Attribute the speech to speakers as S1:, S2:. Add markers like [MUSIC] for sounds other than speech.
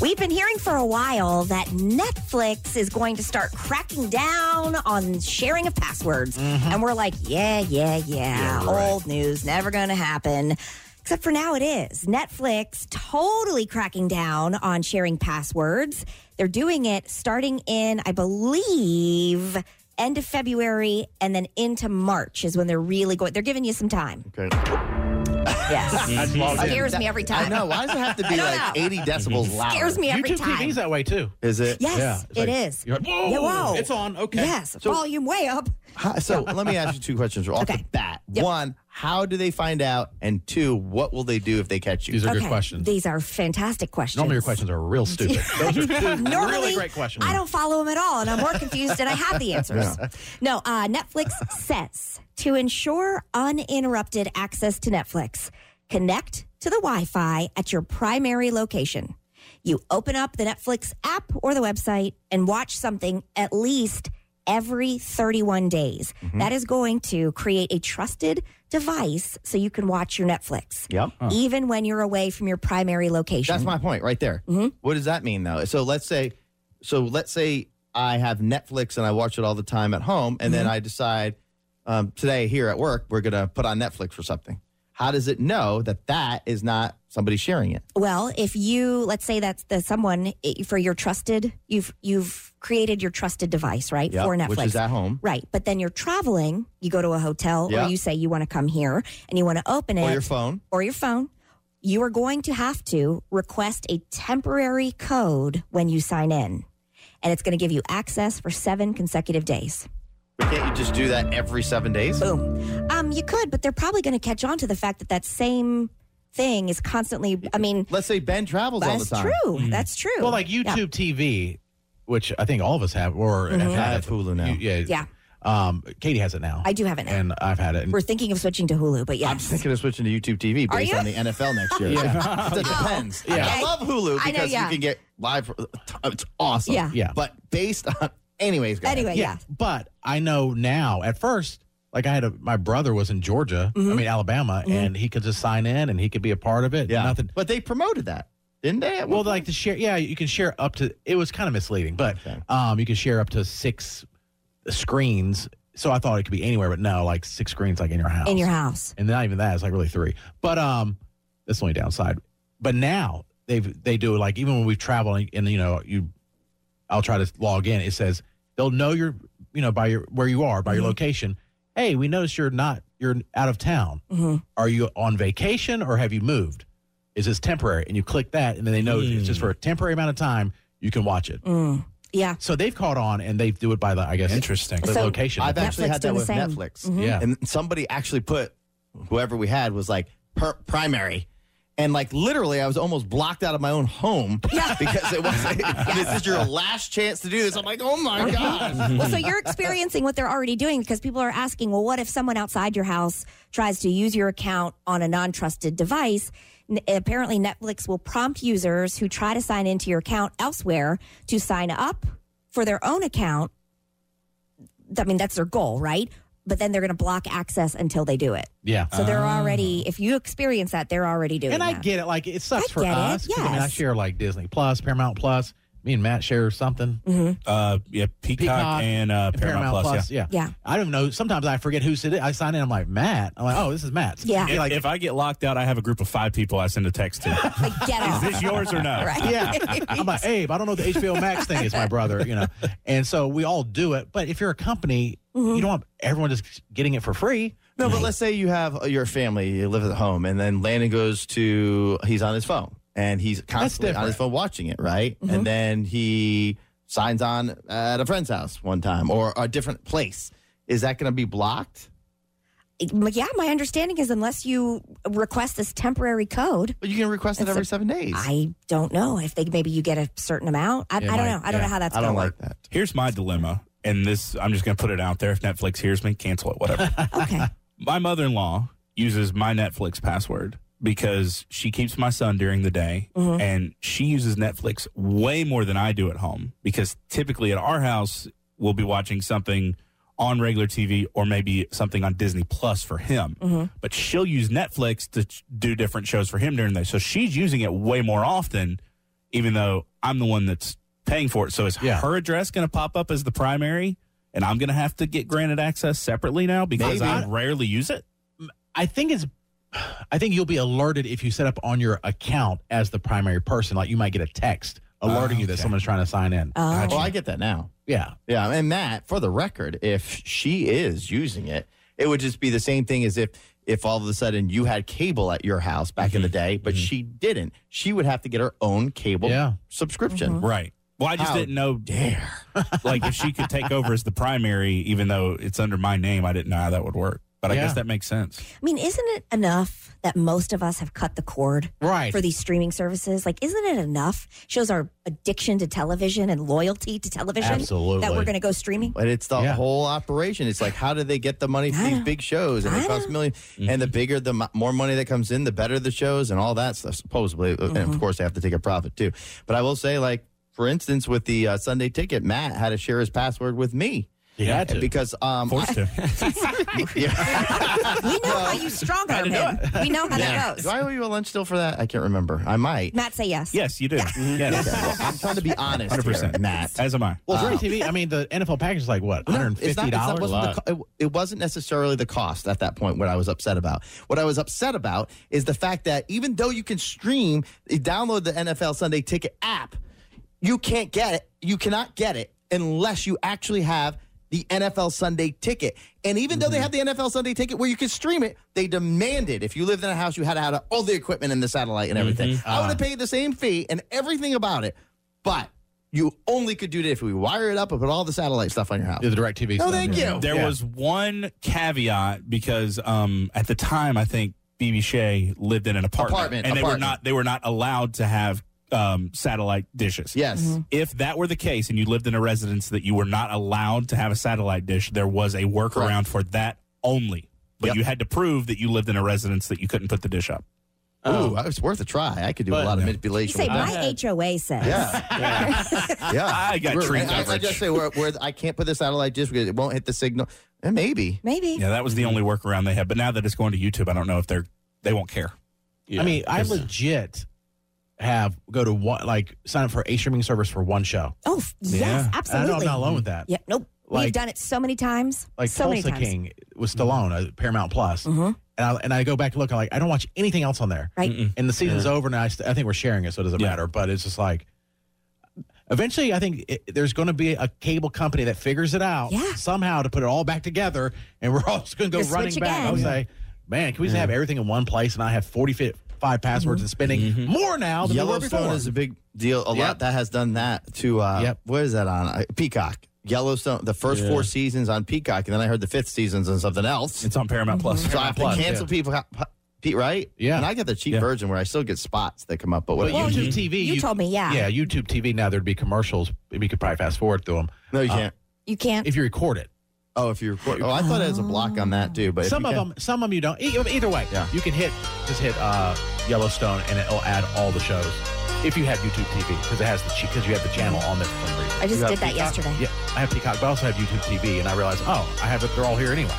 S1: We've been hearing for a while that Netflix is going to start cracking down on sharing of passwords. And we're like, yeah, yeah, yeah,
S2: Mm-hmm. Yeah, right.
S1: old news, never going to happen. Except for now, it is. Netflix totally cracking down on sharing passwords. They're doing it starting in, I believe, end of February and then into March is when they're really going. They're giving you some time.
S2: Okay.
S1: Yes.
S2: [LAUGHS] That's logged in.
S1: Scares me every
S3: I
S1: time.
S3: know. Why does it have
S1: [LAUGHS]
S3: to be like 80 decibels loud?
S1: Scares me every
S4: YouTube
S1: time.
S4: TV's that way too.
S3: Is it?
S1: Yes,
S4: it's
S1: it
S4: like-
S1: is.
S4: You're like, whoa,
S1: Yeah, whoa.
S4: it's on. Okay.
S1: Yes, volume way up.
S3: How- so let me ask you two questions off
S1: Okay.
S3: the bat.
S1: Yep.
S3: One, how do they find out? And two, what will they do if they catch you?
S4: These are good questions.
S1: These are fantastic questions.
S4: Normally your questions are
S1: [LAUGHS]
S4: real stupid. Those are two
S1: Normally,
S4: really great questions.
S1: I don't follow them at all, and I'm more confused than I have
S4: [LAUGHS]
S1: the answers. No, uh, Netflix says to ensure uninterrupted access to Netflix, connect to the Wi Fi at your primary location. You open up the Netflix app or the website and watch something at least every 31 days.
S4: Mm-hmm.
S1: That is going to create a trusted device so you can watch your Netflix.
S3: Yep.
S4: Oh.
S1: Even when you're away from your primary location.
S3: That's my point right there.
S1: Mm-hmm.
S3: What does that mean though? So let's say, so let's say I have Netflix and I watch it all the time at home,
S1: Mm-hmm.
S3: and then I decide um, today here at work we're gonna put on Netflix or something. How does it know that that is not somebody sharing it?
S1: Well, if you let's say that's the someone eh, for your trusted, you've you've created your trusted device, right?
S3: Yep,
S1: for Netflix.
S3: which is at home,
S1: Right. But then you're traveling, you go to a hotel
S3: Yeah.
S1: or you say you want to come here and you want to open it
S3: or your phone.
S1: or your phone, you are going to have to request a temporary code when you sign in. And it's going to give you access for 7 consecutive days.
S3: But can't you just do that every seven days?
S1: Boom. Um you could, but they're probably going to catch on to the fact that that same thing is constantly I mean
S3: Let's say Ben travels all the
S1: that's
S3: time. Mm.
S1: true. That's true.
S4: Well, like
S1: Yeah. Mm-hmm.
S4: YouTube TV, which I think all of us have, or have had
S3: I have
S4: it.
S3: Hulu now.
S4: You- yeah.
S1: Yeah.
S4: Um, Katie has it now.
S1: I do have it now.
S4: And I've had it. And
S1: We're thinking of switching to Hulu, but yes.
S3: I'm thinking of switching to YouTube TV
S1: Are
S3: based
S1: you?
S3: on the NFL next year.
S4: Yeah.
S3: It depends.
S4: Yeah.
S3: I love Hulu because
S1: I know, yeah.
S3: you can get live. It's awesome.
S1: Yeah.
S4: Yeah.
S3: But based on, anyways, go ahead.
S1: anyway, yeah.
S4: But I know now. At first, like I had a, my brother was in Georgia,
S1: Mm-hmm.
S4: I mean Alabama, and he could just sign in and he could be a part of it.
S3: Yeah.
S4: Nothing.
S3: But they promoted that, didn't they?
S4: Well, like to share. Yeah, you can share up to. It was kind of misleading, but
S3: Okay.
S4: um, you can share up to six screens. So I thought it could be anywhere, but no, like six screens, like in your house.
S1: In your house.
S4: and not even that. It's like really three. But um, that's the only downside. But now they've they do like even when we travel and, and you know you, I'll try to log in. It says they'll know your you know by your where you are by your
S1: Mhm.
S4: location. Hey, we notice you're not you're out of town.
S1: hmm
S4: Are you on vacation or have you moved? Is this temporary? And you click that, and then they know it's just for a temporary amount of time. You can watch it.
S1: Mm. Yeah.
S4: So they've caught on and they do it by the I guess
S2: Interesting.
S4: the
S1: So-
S4: location.
S3: I've actually
S1: Netflix
S3: had that
S1: doing the
S3: with
S1: same.
S3: Netflix.
S1: Mhm.
S4: yeah.
S3: And somebody actually put whoever we had was like per- primary. And like literally, I was almost blocked out of my own home
S1: [LAUGHS] Yeah.
S3: [LAUGHS] because
S1: [LAUGHS]
S3: it was like, this is your last chance to do this. I'm like, oh my God.
S1: Well, so you're experiencing what they're already doing because people are asking, well, what if someone outside your house tries to use your account on a non trusted device? N- apparently, Netflix will prompt users who try to sign into your account elsewhere to sign up for their own account. I mean, that's their goal, right? But then they're going to block access until they do it.
S4: yeah.
S1: So they're already, if you experience that, they're already doing
S4: And I
S1: that.
S4: get it. Like it sucks
S1: I
S4: for
S1: get it,
S4: us. 'cause, I mean, I
S1: yes.
S4: share like Disney Plus, Paramount Plus. Me and Matt share something.
S1: Mm-hmm,
S2: Uh, yeah, Peacock,
S4: Peacock
S2: and uh, Paramount, Plus. Yeah.
S4: yeah.
S1: Yeah.
S4: I don't know. Sometimes I forget who said it. I sign in. I'm like Matt. I'm like, oh, this is Matt's.
S1: Yeah.
S4: And,
S2: [LAUGHS]
S4: like,
S2: If I get locked out, I have a group of five people I send a
S1: [LAUGHS]
S2: text to.
S1: Like, get
S2: is
S1: out. [LAUGHS]
S2: this yours or no?
S1: Right.
S4: yeah.
S1: [LAUGHS]
S4: I'm like Abe. I don't know what the HBO Max thing is. My brother, you know. And so we all do it. But if you're a company,
S1: Mm-hmm.
S4: you don't want everyone just getting it for free.
S3: No, but let's say you have uh, your family, you live at home, and then Landon goes to, he's on his phone and he's constantly on his
S4: different.
S3: phone watching it, right?
S1: Mm-hmm.
S3: And then he signs on at a friend's house one time or a different place. Is that going to be blocked?
S1: yeah, my understanding is unless you request this temporary code,
S3: But you can request it
S1: It's
S3: every
S1: a-
S3: seven days.
S1: I don't know if they maybe you get a certain amount. I, I
S4: It
S1: don't
S4: might-
S1: know. I don't
S4: yeah.
S1: know how that's
S3: I
S1: going to
S3: don't
S1: work.
S3: like that.
S2: Here's my dilemma, and this I'm just going to put it out there. If Netflix hears me, cancel it. Whatever.
S1: Okay.
S2: my mother-in-law uses my Netflix password because she keeps my son during the day and she uses Netflix way more than I do at home because typically at our house we'll be watching something on regular TV or maybe something on Disney Plus for him. But she'll use Netflix to ch- do different shows for him during the day. So she's using it way more often even though I'm the one that's paying for it. So is
S4: Yeah.
S2: her address going to pop up as the primary? And I'm going to have to get granted access separately now because I
S4: Maybe.
S2: rarely use it.
S4: I think it's I think you'll be alerted if you set up on your account as the primary person. Like you might get a text alerting you that
S2: Okay.
S4: someone's trying to sign in.
S1: Oh.
S3: Well, I get that now.
S4: yeah.
S3: Yeah, and Matt, for the record, if she is using it, it would just be the same thing as if if all of a sudden you had cable at your house back
S4: Mm-hmm.
S3: in the day, but she didn't. She would have to get her own cable
S4: Yeah. Mm-hmm.
S3: subscription.
S2: Right. Well, I just
S3: How
S2: didn't know. Dare. [LAUGHS] like if she could take over as the primary, even though it's under my name, I didn't know how that would work. But I
S4: Yeah.
S2: guess that makes sense.
S1: I mean, isn't it enough that most of us have cut the cord
S4: Right.
S1: for these streaming services? Like, isn't it enough? Shows our addiction to television and loyalty to television
S4: Absolutely.
S1: that we're going to go
S3: [LAUGHS]
S1: streaming.
S3: But it's the
S4: Yeah.
S3: whole operation. It's like, how do they get the money for
S1: I
S3: these
S1: know.
S3: big shows? And
S1: I
S3: it costs
S1: know.
S3: 1000000
S4: Mm-hmm.
S3: And the bigger, the mo- more money that comes in, the better the shows and all that stuff, supposedly. And of
S4: Mm-hmm.
S3: course, they have to take a profit too. But I will say, like, for instance, with the uh, Sunday ticket, Matt had to share his password with me.
S4: He had to.
S3: Because, um,
S2: Forced to.
S3: [LAUGHS] yeah.
S1: We know how you strong arm him. We know how that
S3: Do
S1: goes.
S3: I owe you a lunch still for that? I can't remember. I might.
S1: Matt, say yes.
S2: yes, you do. Yes.
S3: Okay, well, I'm trying to be honest. 100%.
S2: 100%.
S3: Matt.
S2: As am I.
S4: well, for TV, I mean, the NFL package is like what, one
S3: No,
S4: hundred
S3: it's not-
S4: fifty
S3: it's not-
S4: dollars.
S3: wasn't the co- It, it wasn't necessarily the cost at that point. What I was upset about. What I was upset about is the fact that even though you can stream, you download the NFL Sunday Ticket app, you can't get it. You cannot get it unless you actually have the NFL Sunday Ticket. And even though they have the NFL Sunday Ticket where you can stream it, they demanded if you lived in a house, you had to have all the equipment and the satellite and everything. I would have paid the same fee and everything about it, but. You only could do it if we wire it up and put all the satellite stuff on your house.
S4: the direct TV.
S3: No, thank you.
S2: There
S4: Yeah.
S2: was one caveat because um, at the time I think BB Shea lived in an apartment,
S3: Apartment,
S2: and they were
S3: apartment.
S2: not they were not allowed to have um, satellite dishes.
S3: Yes.
S4: Mm-hmm.
S1: Mm-hmm.
S2: If that were the case and you lived in a residence that you were not allowed to have a satellite dish, there was a workaround for that only. But
S3: Yep.
S2: you had to prove that you lived in a residence that you couldn't put the dish up.
S3: Ooh, it's worth a try. I could do
S4: Oh. But-
S3: a lot of
S1: You
S3: manipulation.
S1: say,
S3: with
S1: my
S3: that.
S1: HOA says.
S4: [LAUGHS]
S2: [LAUGHS]
S3: yeah.
S2: I got
S3: We're-
S2: tree
S3: I, I
S2: coverage.
S3: just say where, where I can't put the satellite just because it won't hit the signal. Eh, maybe.
S1: Maybe.
S2: Yeah, that was the only workaround they had. But now that it's going to YouTube, I don't know if they're they won't care.
S4: I mean, I legit have go to one like sign up for a streaming service for one show.
S1: Oh, f- yes,
S4: And
S2: Yeah.
S4: I know I'm
S1: absolutely.
S4: not alone with that.
S1: Yeah, nope. We've
S4: Like-
S1: done it so many times.
S4: Like
S1: so many
S4: Tulsa
S1: times.
S4: King with Stallone, uh, Paramount Plus,
S1: Mhm.
S4: and I and I go back and look. I'm like, I don't watch anything else on there.
S1: Right.
S2: Mm-mm.
S4: and the season's over and I, st- I think we're sharing it so it doesn't
S2: Yeah.
S4: matter but it's just like eventually i think it, there's going to be a cable company that figures it out
S1: Yeah.
S4: somehow to put it all back together and we're [LAUGHS] all just going to go
S1: Just
S4: running
S1: switch
S4: back i
S1: again.
S4: was like man can we just have everything in one place and i have 45 passwords
S1: Mm-hmm.
S4: and spending more now than we were
S3: Mm-hmm. Yellowstone
S4: before
S3: is a big deal. A
S4: Yep.
S3: lot that has done that to. Uh,
S4: Yep.
S3: What is that on? Uh, Peacock. Yellowstone. The first four seasons on Peacock, and then I heard the fifth seasons on something else.
S2: It's on Paramount Plus.
S3: so I have to
S4: Plus,
S3: cancel people. Pete, right?
S4: Yeah.
S3: And I get the cheap
S2: Yeah.
S3: version where I still get spots that come up, but
S4: but
S3: whatever.
S4: youtube tv
S1: You, told me, yeah.
S4: yeah youtube tv now there'd be commercials we could probably fast forward through them
S3: no, you Oh. can't.
S1: You can't.
S4: if you record it
S3: oh, if you record. Oh, I thought it was a block on that too, but if
S4: some
S3: you
S4: of
S3: can-
S4: them, some of them you don't. E- Either way,
S3: Yeah.
S4: you can hit just hit uh, Yellowstone and it'll add all the shows if you have YouTube TV because it has the because you have the channel on there for some reason.
S1: I just
S3: You have
S1: did that
S3: Peacock?
S1: yesterday.
S4: Yeah, I have Peacock, but I also have YouTube TV, and I realized oh, I have it. They're all here anyway.